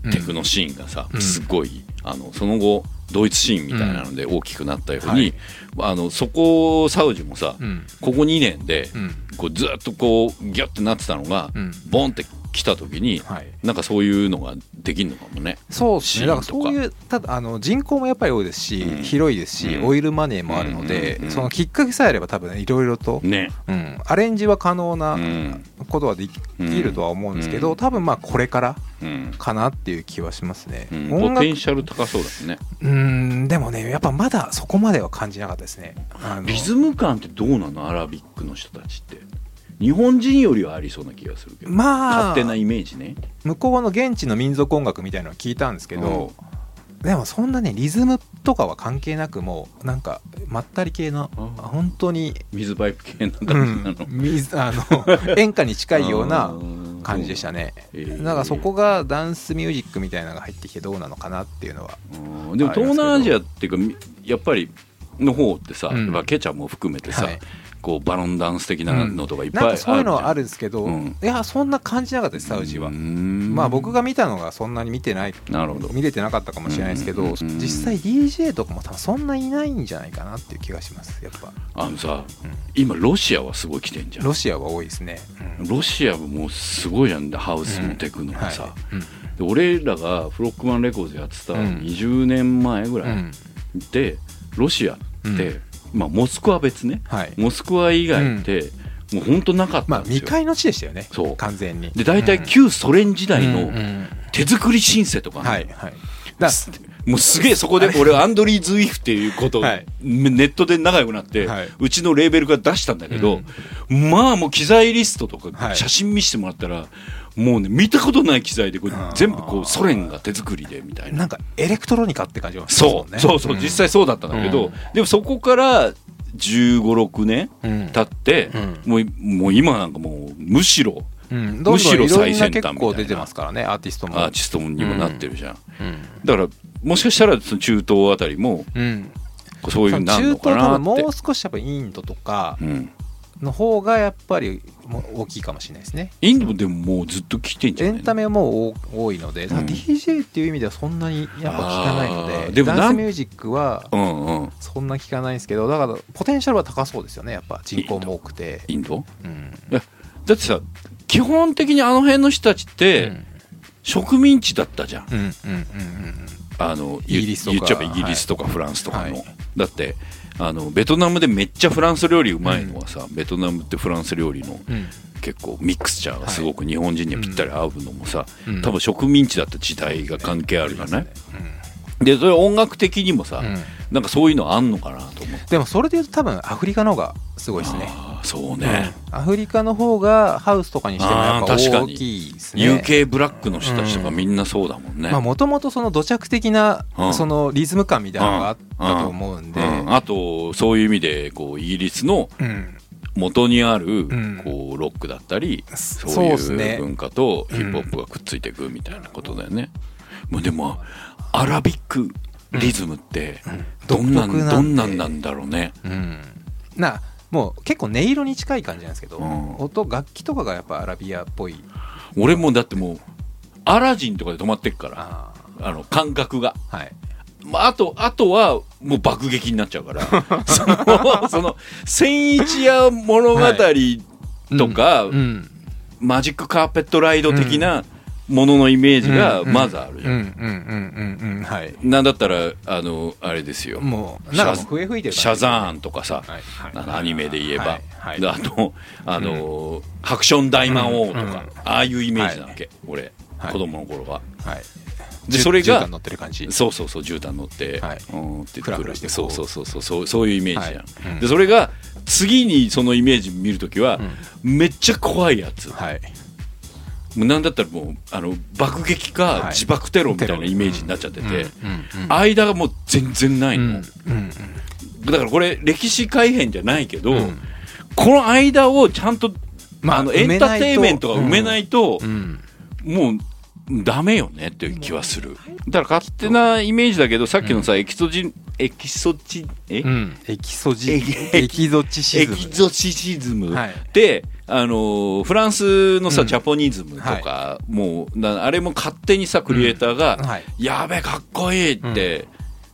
A: ないテクノシーンがさ、
B: うん
A: すごいあのその後ドイツシーンみたいなので大きくなったように、あのそこサウジもさ、
B: うん
A: ここ2年で、
B: うん
A: こうずっとこうギュッてなってたのが、
B: うん
A: ボンって来た時に、
B: はい
A: なんかそういうのができるのかもね。
B: そうです
A: シー
B: ね
A: ン
B: だから
A: とか
B: そういうただあの人口もやっぱり多いですし、
A: うん
B: 広いですし、
A: うん
B: オイルマネーもあるので、
A: うんうんうん
B: そのきっかけさえあれば多分いろいろと、
A: ね、
B: うん、アレンジは可能
A: う
B: なんことはできるとは思うんですけど、
A: うん
B: 多分まあこれから
A: うん
B: かなっていう気はしますね、
A: うん
B: 音
A: ポテ
B: 楽
A: ンシャル高そうだもんね
B: うんでもねやっぱまだそこまでは感じなかったですねあの
A: リズム感ってどうなのアラビックの人たちって日本人よりはありそうな気がするけど、
B: まあ
A: 勝手なイメージね
B: 向こうの現地の民族音楽みたいなのは聞いたんですけど、でもそんなねリズムとかは関係なくもうなんかまったり系の
A: あ
B: 本当に
A: 水パイプ系な感じなの、
B: 水あ の演歌に近いような感じでしたね
A: えー
B: だからそこがダンスミュージックみたいなのが入ってきてどうなのかなっていうのは
A: うんでも東南アジアっていうかみやっぱりの方ってさ、
B: うん
A: まあケチャも含めてさ、
B: はい
A: こうバロンダンス的なのとかいっぱいある
B: なんか
A: じゃ
B: そ
A: ん
B: ういうのはあるんですけど、
A: うん
B: いやそんな感じなかったですサウジは、
A: うん
B: まあ僕が見たのがそんなに見てない
A: なるほど
B: 見れてなかったかもしれないですけ
A: う
B: ど、
A: んうんうん
B: 実際 DJ とかも多分そんないないんじゃないかなっていう気がしますやっぱ
A: あのさ、
B: うん
A: 今ロシアはすごい来てんじゃん
B: ロシアは多いですね、うん
A: ロシアもすごいじゃんハウスもテクノもさ、
B: はいうん
A: で俺らがフロックマンレコーズやってた
B: うん
A: 20年前ぐらい
B: うん
A: でロシアって、
B: うん
A: まあ、モスクワは別ね
B: はい
A: モスクワ以外って、もう本当なかっ
B: ま
A: た
B: あ
A: んですよ、
B: 未開の地でしたよね
A: そう
B: 完全に
A: で大体
B: うん
A: 旧ソ連時代
B: う
A: の
B: んうん
A: 手作りシンセとかね、
B: はいはいだ
A: すもうすげえそこで俺アンドリー・ズイフっていうことを
B: はい
A: ネットで仲良くなって、
B: はいう
A: ちのレーベルが出したんだけど、まあもう機材リストと
B: は
A: か
B: い
A: 写真見せてもらったら、もうね見たことない機材でこれ
B: あー
A: 全部こうソ連が手作りでみたいな
B: なんかエレクトロニカって感じがしますも
A: そ
B: ん
A: うそうそう、実際そうだったんだけど、
B: うん
A: でもそこから1 5 6年
B: うん
A: 経って、もうもう今なんかもうむしろ
B: うんどんどん
A: むしろ
B: いろんな
A: 最先端みたいな
B: 結構出てますからねアーティストも
A: アーティストにもなってるじゃん、
B: うん
A: だからもしかしたらその中東あたりも
B: うん
A: こうそういうふうになる
B: 中
A: の
B: 東多
A: かな
B: 分
A: って
B: もう少しやっぱインドとか
A: うん
B: の方がやっぱりもう大きいかもしれないですね
A: インドでももうずっと来てんじゃ
B: エ
A: ないの
B: ンタメも多多いので、
A: うん
B: DJ っていう意味ではそんなにやっぱ聞かないの
A: あー
B: で
A: でもなん
B: ダンスミュージックは
A: うんうん
B: そんな聞かないんですけどだからポテンシャルは高そうですよねやっぱ人口も多くて、
A: インド
B: うん
A: だってさ基本的にあの辺の人たちっ
B: うん、う
A: て
B: ん
A: 植民地だったじゃん、
B: うんうんうん
A: あの
B: イギリスとか
A: 言っちゃえばイギリスとかフランスとかの、
B: はい
A: だってあのベトナムでめっちゃフランス料理うまいのはさ、ベトナムってフランス料理の
B: うん
A: 結構ミクスチャーがすごく日本人にはぴったり合うのもさ、
B: うん
A: 多分植民地だった時代が関係あるじゃない、
B: う
A: でそれ音楽的にもさ、
B: んうん
A: なんかそういうのあんのかなと思って
B: でもそれで言うと多分アフリカの方がすごいですね
A: あーそうね、
B: うんアフリカの方がハウスとかにしてもやっぱ
A: あー確か
B: 大
A: に
B: きいですね
A: UK ブラックの人たちとか
B: うん
A: みんなそうだもんね、
B: まあもともとその土着的な
A: うん
B: そのリズム感みたいなのがあったと思うんで、
A: うん、あとそういう意味でこうイギリスの
B: うん
A: 元にある
B: ん
A: こうロックだったり、
B: そ
A: そうう
B: です
A: い
B: ね
A: う文化とヒップホップがくっついていくみたいなことだよね。もうでもアラビックリズムってどんなん,、
B: 独特
A: ど
B: なんんで
A: なんなんだろうね。
B: うん、なもう結構音色に近い感じなんですけど、
A: うん
B: 音楽器とかがやっぱアラビアっぽい
A: 俺もだってもうアラジンとかで止まってっから
B: あ
A: あの感覚が。
B: ーはい
A: まあ、あと、あとは、もう爆撃になっちゃうから、 その、その、千一夜物語とか、
B: うん
A: マジックカーペットライド的なもののイメージがまずあるじゃん
B: うんうんうんうんうんはい
A: なんだったら、あの、あれですよ。
B: もうなんかもう笛吹いてる感じ
A: シャザーンとかさ、
B: はいはい
A: あのアニメで言えば、
B: はいはい
A: であと、あのーハクション大魔王とか、
B: うんうん
A: ああいうイメージなわけ、俺、
B: はい
A: 子供の頃は。
B: はい
A: で、それ
B: じゅ絨毯
A: が
B: 乗、ってる感じ
A: そうそうそう、絨毯乗って、
B: はいう
A: ーんって
B: ふらふらしてこ
A: そううそうそうそう、そうそういうイメージじゃん。
B: はいうん
A: で、それが、次にそのイメージ見るときは、めっちゃ怖いやつ。
B: はい
A: もうなんだったらもう、あの、爆撃か
B: はい
A: 自爆テロみたいなイメージになっちゃってて、
B: うんうん
A: 間がもう全然ないの。
B: うんうん
A: だからこれ歴史改変じゃないけど、
B: うん
A: この間をちゃんと、
B: まあ
A: あのエ
B: 埋
A: ン
B: めない
A: タ
B: と
A: ーテインメントが埋めないと、
B: うん
A: もうダメよねっていう気はするだから勝手なイメージだけどさっきのさ、エキゾジンエキソチえ、
B: うんエキソジ
A: エ
B: エ
A: キ
B: キゾチシ
A: エ
B: ズム
A: キゾシシズム
B: はい
A: で、あのーフランスのさ、
B: うん
A: ジャポニズムとか、もうなあれも勝手にさクリエイターが、
B: はい
A: やべかっこいいって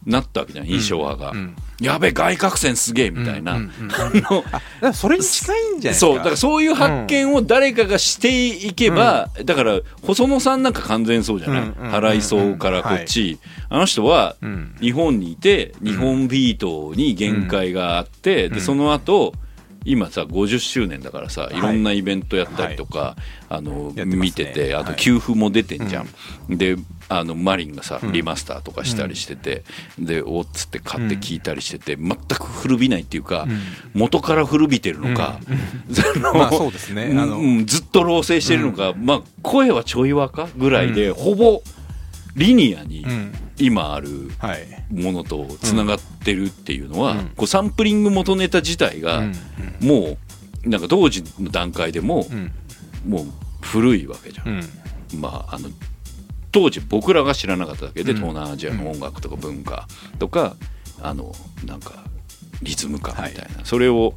A: なったわけじゃん、印象派が、
B: うん
A: やべ外角線すげえみたいな、
B: うんうんうん
A: あの
B: だからそれに近いんじゃないですか
A: そうだからそういう発見を誰かがしていけば、だから細野さんなんか完全そうじゃない、
B: うんうんうん
A: 払いそうからこっち、あの人は
B: うん
A: 日本にいて日本ビートに限界があって、でその後今さ50周年だからさ
B: い
A: いろんなイベントやったりとか、あの
B: やってますね
A: 見ててあと
B: はい
A: 給付も出てんじゃん、であのマリンがさリマスターとかしたりしてて、でおっつって買って聞いたりしてて全く古びないっていうか、元から古びてるのか、 その
B: まあそうですねあの
A: うんうんずっと老成してるのか、まあ、声はちょい若ぐらいで、ほぼリニアに
B: うん
A: 今ある
B: はい
A: ものとつながってるっていうのは、
B: うん
A: こうサンプリング元ネタ自体が、
B: うん
A: もうなんか当時の段階でも
B: う、ん
A: もう古いわけじゃん
B: う。ん
A: まあ、あの当時僕らが知らなかっただけで、
B: うん
A: 東南アジアの音楽とか文化とか、あのなんかリズム感みたいな、それを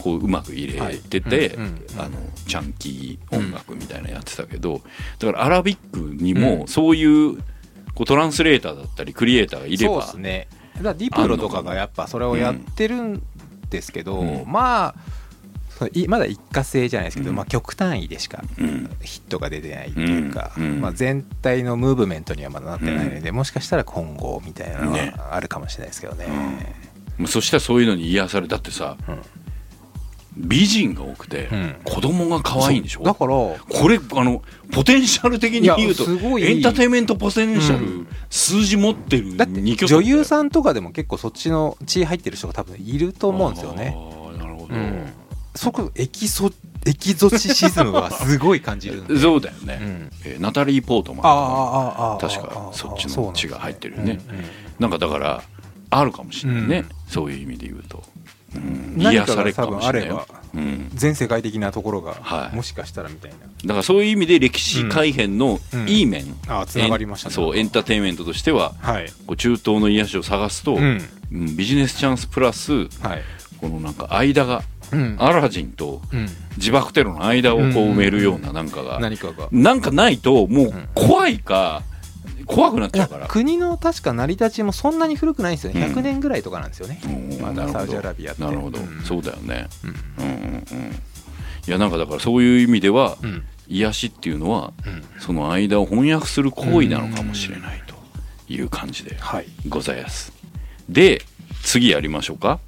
A: こううまく入れてて、
B: はいうんうんうん
A: あのチャンキー音楽みたいなのやってたけど、だからアラビックにもそういうこうトランスレーターだったりクリエイターがいれ
B: そう
A: ば
B: ですねだからディプロとかがやっぱそれをやってるんですけど、
A: うん
B: まあそのいまだ一過性じゃないですけど、
A: うん
B: まあ、極端位でしか
A: うん
B: ヒットが出てないっていうか、
A: うんうん
B: まあ、全体のムーブメントにはまだなってないので、もしかしたら今後みたいなの
A: ね
B: はあるかもしれないですけどね。
A: もうそしたらそういうのに癒されだってさ、
B: うん
A: 美人が多くて、
B: うん
A: 子供が可愛いんでしょ
B: そうだから
A: これあのポテンシャル的に言うと
B: いやすごい
A: エンターテインメントポテンシャル、
B: うん
A: 数字持ってる
B: だって
A: 二巨頭
B: 女優さんとかでも結構そっちの血入ってる人が多分いると思うんですよね。
A: あーなるほど、
B: うん、そこエキソエキゾチシズムはすごい感じるんで
A: そうだよね、
B: うん
A: えーナタリー・ポートマン
B: ああ
A: と
B: ああああ
A: か確かそっち
B: そうな
A: の
B: んです
A: 血
B: ね
A: が入ってるよね
B: うんうん
A: なんかだからあるかもしれないね、
B: うん
A: そういう意味で言うと、うん、
B: 何
A: 癒
B: かが
A: されるかもしれないよ
B: 多分あ
A: うん、
B: 全世界的なところが、
A: はい
B: もしかしたらみたいな
A: だからそういう意味で歴史改変の
B: うん
A: いい面、
B: ああつながりましたね
A: そうエンターテインメントとしては
B: はい
A: こう中東の癒しを探すと、
B: うん
A: うんビジネスチャンスプラス
B: はい
A: ここのなんか間が
B: うん
A: アラジンと
B: うん
A: 自爆テロの間をこう埋めるようななんかが
B: 何かが
A: なんかないともう怖いか怖くなっちゃうから。
B: 国の確か成り立ちもそんなに古くないんですよね
A: うん
B: 100年ぐらいとかなんですよね、
A: うん
B: ま
A: な
B: だ
A: る
B: サ
A: ほ
B: ウジア
A: ど
B: ラビアって
A: なるほど、そうだよね
B: うん
A: うんうんうんいやなんかだからそういう意味では
B: うん
A: 癒しっていうのは
B: うん
A: その間を翻訳する行為なのかもしれないという感じで
B: はい
A: ございますで次やりましょうか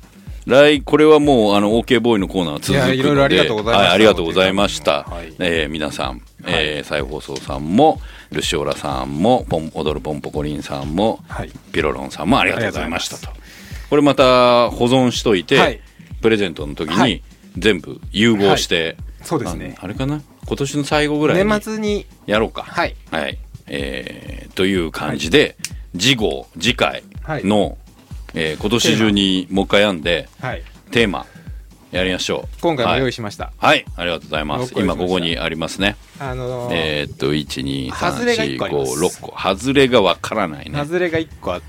A: 来これはもうあの OK ボーイのコーナーは続くので
B: いやいろいろありがとうございました
A: はありがとうございました、
B: はい
A: えー皆さん、えー再放送さんもルシオラさんもポン踊るポンポコリンさんも
B: はい
A: ピロロンさんもありがとうございました
B: あ
A: とこれまた保存しといて、
B: はい
A: プレゼントの時
B: は
A: に
B: い
A: 全部融合して、
B: そうですね
A: ああれかな今年の最後ぐらいに
B: 年末に
A: やろうか
B: はい
A: はい。えーという感じで、次号、次回の、えー今年中にもう一回読んで、
B: はい
A: テーマ、やりましょう。
B: 今回も用意
A: し
B: しました、
A: はい、はい、ありがとうございます。
B: ご用意し
A: 今
B: ました
A: ここにありますね。
B: あのー
A: えーっと、1、2、
B: 外れが
A: 3、4、
B: 一個あります
A: 5、6個。外れがわからないね。
B: 外れが1個あっ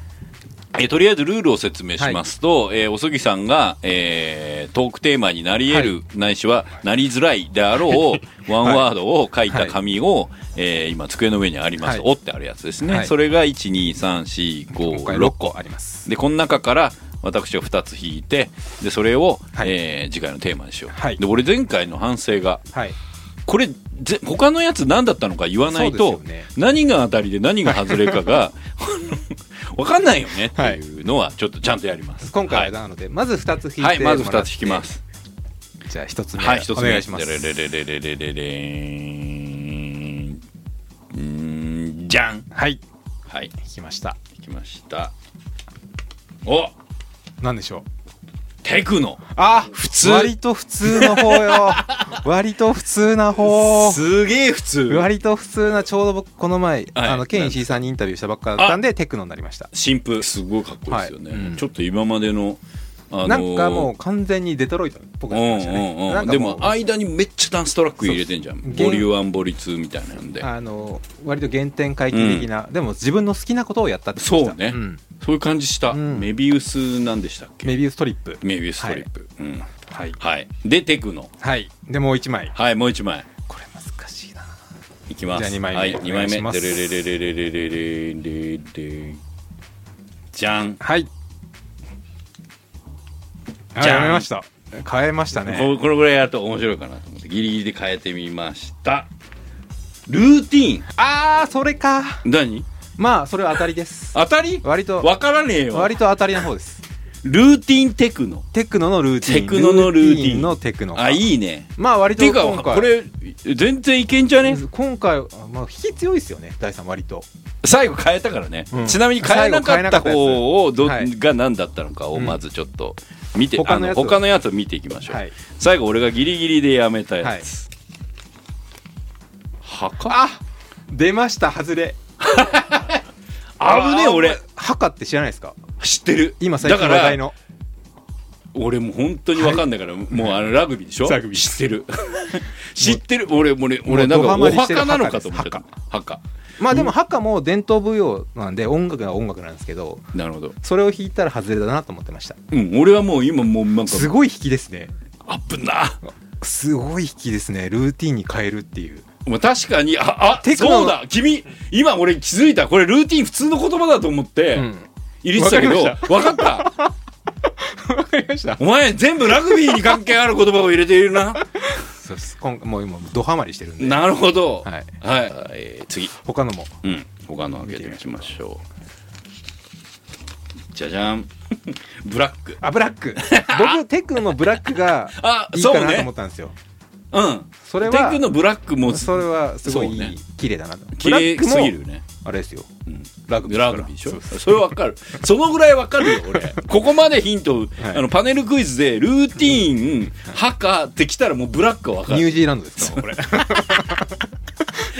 A: えーとりあえずルールを説明しますと、えーおすぎさんが、えートークテーマになり得る、ないしはなりづらいであろう ワンワードを書いた紙を、えー今机の上にあります、
B: はい
A: おってあるやつですね、
B: はい
A: それが12345
B: 今回
A: 6
B: 6
A: 個
B: 個あります
A: でこの中から私は2つ引いてでそれを、
B: はい
A: えー次回のテーマにしよう、
B: はい
A: で俺前回の反省が
B: はい
A: これぜ他のやつ何だったのか言わない
B: そ
A: と、
B: うです
A: 何が当たりで何が外れかが分かんないよねっていうのはちょっとちゃんとやります
B: 今回は
A: は
B: なので、まず2つ引いて
A: い、はい、まず
B: も
A: 2
B: らっ
A: つ
B: て
A: 引きます
B: じゃあ1つ目、
A: はい1つ目
B: お願いします
A: レレレレレレレレーンうーんじゃん
B: はい
A: はい
B: 引きました
A: いきましたお
B: 何でしょう
A: テクノ
B: あ
A: 普通
B: 割と普通の方 よ割と普通な方
A: すげえ普通
B: 割と普通なちょうど僕この前、あのケ
A: な
B: ン
A: ん
B: 石井さんにインタビューしたばっかだったんでテクノになりました
A: 新婦すごいかっこいいですよね、
B: はいうん
A: ちょっと今までのあのー
B: なんかもう完全にデトロイトっぽくなりましたね、
A: うんうんうん
B: なんか
A: で
B: もう
A: も間にめっちゃダンストラック入れてんじゃん
B: そう
A: ボリューアンボリツーみたいなんで
B: あの割と原点回帰的な、でも自分の好きなことをやったってことでした
A: そうね
B: ん
A: そういう感じした、
B: うん
A: メビウスなんでしたっけ
B: メビウストリップ
A: メビウストリップ、うん
B: はい
A: はいでテクノ
B: はいでもう1枚
A: はいもう一枚
B: これ難しいない
A: きます
B: じゃあ二枚目
A: はい、二枚
B: お願いし
A: 目
B: ます
A: デレレレレレレレレレレじゃん、
B: はいあ
A: じゃん
B: やめました変えましたね
A: ここれぐらいやると面白いかなと思ってギリギリで変えてみましたルーティーン
B: あーそれか
A: 何
B: まあそれは当たりです
A: 当たり
B: 割と
A: わからねえよ
B: 割と当たりの方です
A: ルーティーンテクノ
B: テクノのルーティン
A: テクノのルーティン
B: のテクノか
A: あいいね
B: まあ割
A: て
B: と
A: いうか
B: 今回
A: これ全然いけんじゃね
B: 今回あまあ引き強いですよね大さん割と
A: 最後変えたからね、
B: うん
A: ちなみに変えなかった方をど、
B: 最後変えなかったやつ
A: が何だったのかをまずちょっと見て、
B: うん
A: あ
B: 他の
A: の
B: やつを
A: 他のやつを見ていきましょう、
B: はい
A: 最後俺がギリギリでやめたやつ、はか
B: 出ました外れ
A: 危ねえ俺
B: ハカって知らないですか
A: 知ってる
B: 今最近
A: だ
B: 話
A: から
B: 題の
A: 俺もう本当に分かんないから、もうあのラグビーでしょ
B: ラグビー
A: 知ってる知ってる俺俺俺なん
B: もうド
A: か
B: ハ
A: お
B: マりしてる
A: 墓なのかと思っ
B: 墓
A: て
B: です
A: た墓
B: まあでもハカも伝統舞踊なんで音楽は音楽なんですけど
A: なるほど
B: それを弾いたら外れだなと思ってました
A: うん俺はもう今もうなんか
B: すごい弾きですね
A: あぶな
B: すごい弾きですねルーティンに変えるっていう
A: まあ、確かにああ
B: テクノ
A: そうだ君今俺気づいたこれルーティン普通の言葉だと思って
B: うん
A: 入れてたけど、
B: わ
A: 分かった
B: わかりました
A: お前全部ラグビーに関係ある言葉を入れている な
B: そうです今回もう今ドハマりしてるんで
A: なるほど
B: はい、
A: はいえー次、
B: 他のも
A: うん、他の開けてみましょうじゃじゃ んブラック
B: あブラック 僕テクノのブラックが
A: あ
B: いいか
A: そう
B: な
A: ね
B: と思ったんですよ
A: うん
B: それは
A: テクのブラックも
B: それはすごいい
A: そうね
B: い綺麗だなと
A: 綺麗すぎるよね
B: あれですよ
A: うん
B: ラグビー
A: ラグビーでし
B: そう
A: ょそれわかるそのぐらいわかるよ 俺ここまでヒント、
B: はい
A: あのパネルクイズでルーティーンハカってきたらもうブラックはわか
B: ニュ
A: る
B: ージーランドですかこれ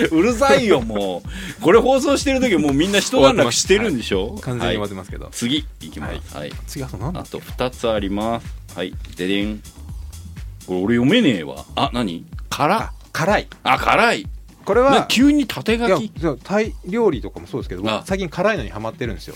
A: うるさいよもうこれ放送してる時もうみんな一段落してるんでしょ
B: 完全に終わって
A: はい
B: ますけど
A: 次いきますはい、
B: 次あと何だ
A: あと2つありますはいででんこれ俺読めねえわあ何辛
B: あ辛い
A: あ辛い
B: これ
A: な
B: は
A: 急に縦
B: いや
A: 書き
B: そうタイ料理とかもそうですけど僕
A: あ
B: 最近辛いのにハマってるんですよ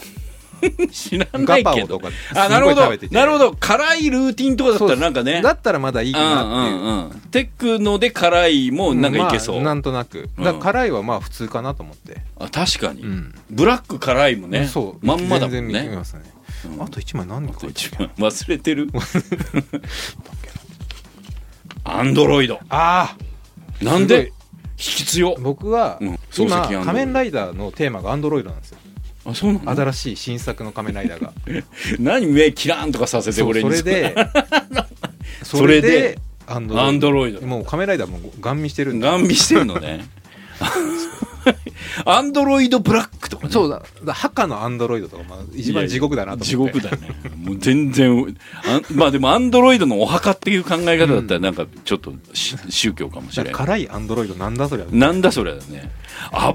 A: 知らないけど。あ、なるほど。なるほど。辛いルーティンとかだったらなんかね。
B: だったらまだいいか
A: うん
B: なって
A: う。
B: いう
A: んうん。テクノで辛いもなんかいけそう。
B: まあなんとなく
A: うん
B: だから辛いはまあ普通かなと思って、
A: あ、確かに、
B: うん
A: ブラック辛いもね。
B: そう
A: まんまだもん
B: 全然見て
A: ね。
B: ますね、
A: うん
B: あと1枚何
A: あ
B: か
A: と
B: 入って
A: 一
B: る
A: 番忘れてる。アンドロイド。
B: あ
A: なんで引き強
B: あ。僕は
A: うん漱石
B: 今
A: Android
B: 仮面ライダーのテーマがアンドロイドなんですよ
A: あ、そうなの
B: 新しい新作の仮面ライダ ーが
A: 何目キラーンとかさせて
B: そう
A: 俺
B: そ
A: に。
B: れで
A: それで
B: アンドロイド
A: アンドロイド。
B: もう仮面ライダーもガン見してるんで
A: ガン見してるの ね。アンドロイドブラックとかね。
B: そうだだから墓のアンドロイドとか、まあ、一番地獄だなと
A: 地
B: 思って
A: 獄だ ねもう全然あんまあでもアンドロイドのお墓っていう考え方だったらなんかちょっとし宗教かもし
B: だ
A: れ
B: から
A: ない
B: 辛いアンドロイドなんだそりゃ
A: なんだそれだね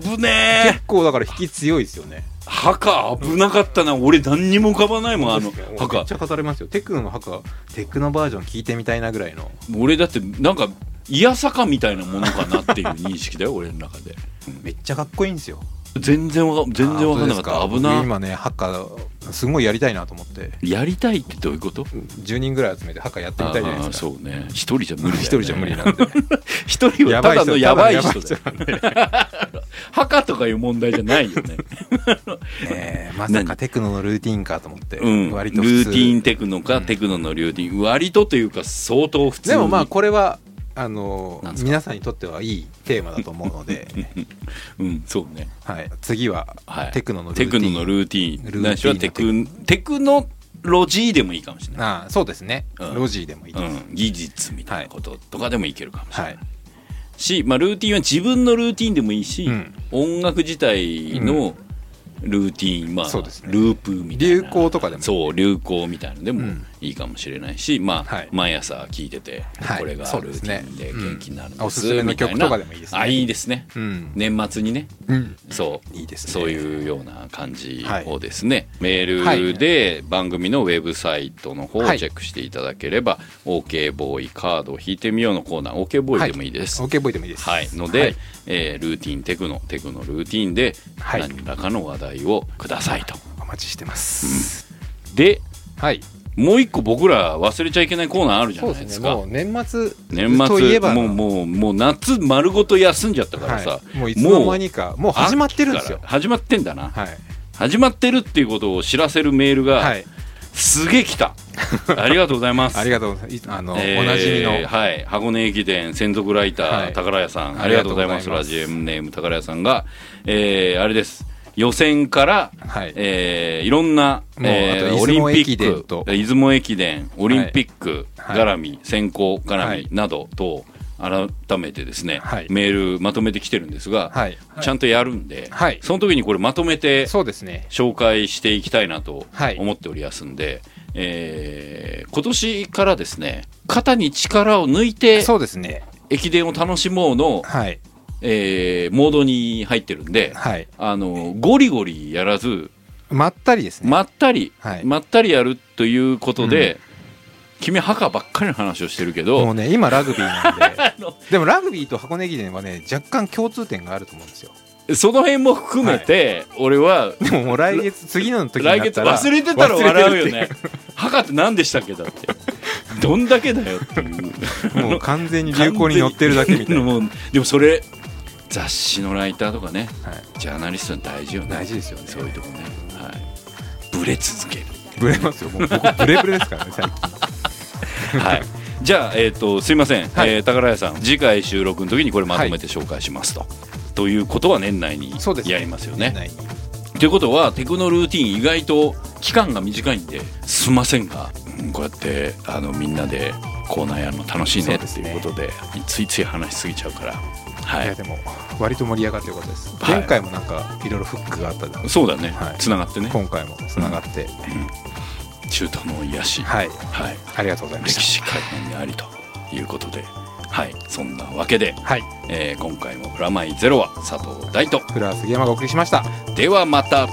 A: 危ねえ
B: 結構だから引き強いですよね
A: 墓危なかったな俺何にも浮かばないもんあの
B: めっ
A: 墓
B: ちゃ語れますよテクノの墓テクノバージョン聞いてみたいなぐらいの
A: 俺だってなんかいやさかみたいなものかなっていう認識だ よ俺の中で
B: めっちゃかっこいいんですよ
A: 全然わか全然わかんな
B: あ
A: か
B: そ
A: っ
B: う
A: た
B: です
A: 危な
B: 今ねハッカすごいやりたいなと思って
A: やりたいってどういうこと
B: 10人ぐらい集めてハッカやってみたいじゃない
A: ああ
B: ですか
A: そうね一人じゃ無理だよね
B: 一人じゃ無理 なんで
A: 一人はただのやばい人だよ
B: やば い人
A: 墓とかいう問題じゃないよね
B: えーまさかテクノのルーティンかと思って
A: うん、
B: 割と
A: ル
B: 普
A: ー
B: 通
A: ティンテクノか、テクノのルーティン割とというか相当普通に
B: でもまあこれはあの
A: なんですか
B: 皆さんにとってはいいテーマだと思う ので、
A: うんそうね、
B: はい、次は
A: はい、
B: テクノのル
A: テ
B: ーテ
A: ク
B: ィン
A: ノのルーティーン
B: ルーティーン
A: ないしはテクテクノロジーでもいいかもしれない、
B: ああそうですね、
A: うん
B: ロジーでもいいです、
A: うん、技術みたいなこととかでもいけるかもしれな、
B: はいい
A: し、まあ、ルーティンは自分のルーティンでもいいし、
B: うん
A: 音楽自体のルーティン、まあ、
B: そうですね
A: ループみたいな
B: 流行とかでも
A: そう流行みたいなので
B: う
A: も
B: ん
A: いいかもしれないし、まあ
B: はい
A: 毎朝聞いてて、
B: はい
A: これが
B: そう
A: ルー
B: です
A: テ
B: ね
A: ィンで元気になるんです、
B: うんおすすめの曲とかでもいいで
A: み
B: すね
A: たなあいいですね
B: うん、
A: 年末にね
B: うん
A: そう
B: いいですね
A: そういうような感じ
B: はい
A: をですね、メールで番組のウェブサイトの方をチェックしていただければ、OK ボーイカードを引いてみようのコーナー OK ボーイでもいいです、
B: OK ボイでもいいです。
A: はい、ので、えールーティンテクノテクノルーティンで
B: はい
A: 何らかの話題をくださいと、
B: お待ちしてます。
A: で
B: はい。
A: もう一個僕ら忘れちゃいけないコーナーあるじゃ
B: そ
A: な
B: う
A: い
B: で
A: ですす
B: ね。
A: か
B: もう年末
A: 年末
B: といえば
A: もうもうもう夏丸ごと休んじゃったからさ、
B: はい、もういつの間にかもう
A: もう
B: 始まってるんです
A: 秋。
B: よ
A: から始まってんだな
B: はい。
A: 始まってるっていうことを知らせるメールが、
B: はい。
A: すげえ 来たありがとうございます
B: ありがとうございます。あの、
A: えー
B: おなじみの。
A: はい、箱根駅伝専属ライター、
B: はい
A: 宝屋さんあ
B: あ
A: り
B: り
A: が
B: が
A: と
B: と
A: う
B: う
A: ご
B: ご
A: ざ
B: ざ
A: い
B: い
A: ま
B: ます
A: ラ
B: す
A: ジオネーム宝屋さんが、えーあれです予選から、
B: はい。
A: えーいろんな、
B: もう
A: えー
B: あと
A: オリン
B: 出雲
A: ピ
B: 駅伝
A: ッ
B: と
A: ク出雲駅伝オリンピック
B: はい
A: 絡み、選考
B: は
A: 絡
B: い
A: みなどと改めてですね、
B: はい
A: メールまとめてきてるんですが、
B: はい。
A: ちゃんとやるんで、
B: はい
A: その時にこれまとめて
B: そうですね。
A: 紹介していきたいなと
B: はい
A: 思っておりますんで、えー今年からですね肩に力を抜いて
B: そうですね。
A: 駅伝を楽しもうの、
B: はい。
A: えーモードに入ってるんで
B: はい。
A: あのゴリゴリやらず
B: まったりですね。
A: まったり、
B: はい
A: まったりやるということで、君墓ばっかりの話をしてるけど、
B: もうね、今ラグビー なん
A: の
B: で。でもラグビーと箱根駅伝はね、若干共通点があると思うんですよ。
A: その辺も含めて、俺は
B: でももう来月、次の時にな
A: 来
B: っ
A: 月
B: たら。
A: 忘れてたら笑うよ
B: 忘れ
A: ね墓って何でしたっけだって どんだけだよっていう。
B: てる。もう完全に流行に乗ってるだけみたいな。
A: もうでもそれ雑誌のライターとかね
B: はい
A: ジャーナリストに大事よね
B: 大事ですよね
A: そういうとこね、はい、ブレ続ける
B: ブレますよ。もう僕ブレブレですからね、最近。
A: はいじゃあ、えー、とすいません、
B: はい
A: えー宝屋さん次回収録の時にこれまとめて紹介しますと、ということは年内に
B: そうですね
A: やりますよね
B: ない
A: ということはテクノルーティン意外と期間が短いんですんませんが、うんこうやってあのみんなでコーナーやるの楽しいねっていうことでついつい話しすぎちゃうからはい
B: いやでも割と盛り上がってよかったです、
A: はい
B: 前回もなんかいろいろフックがあったじゃないです
A: そうだね、
B: はい
A: つながってね
B: か今回もつながって、
A: 中東の癒し、
B: はい
A: はい、
B: ありがとうございま
A: 歴
B: し
A: 史改変でありということで、はい、そんなわけで、
B: たはい
A: えー今回も「プラマイゼロ」は佐藤大と
B: フラー杉山がお送りしました
A: ではまた。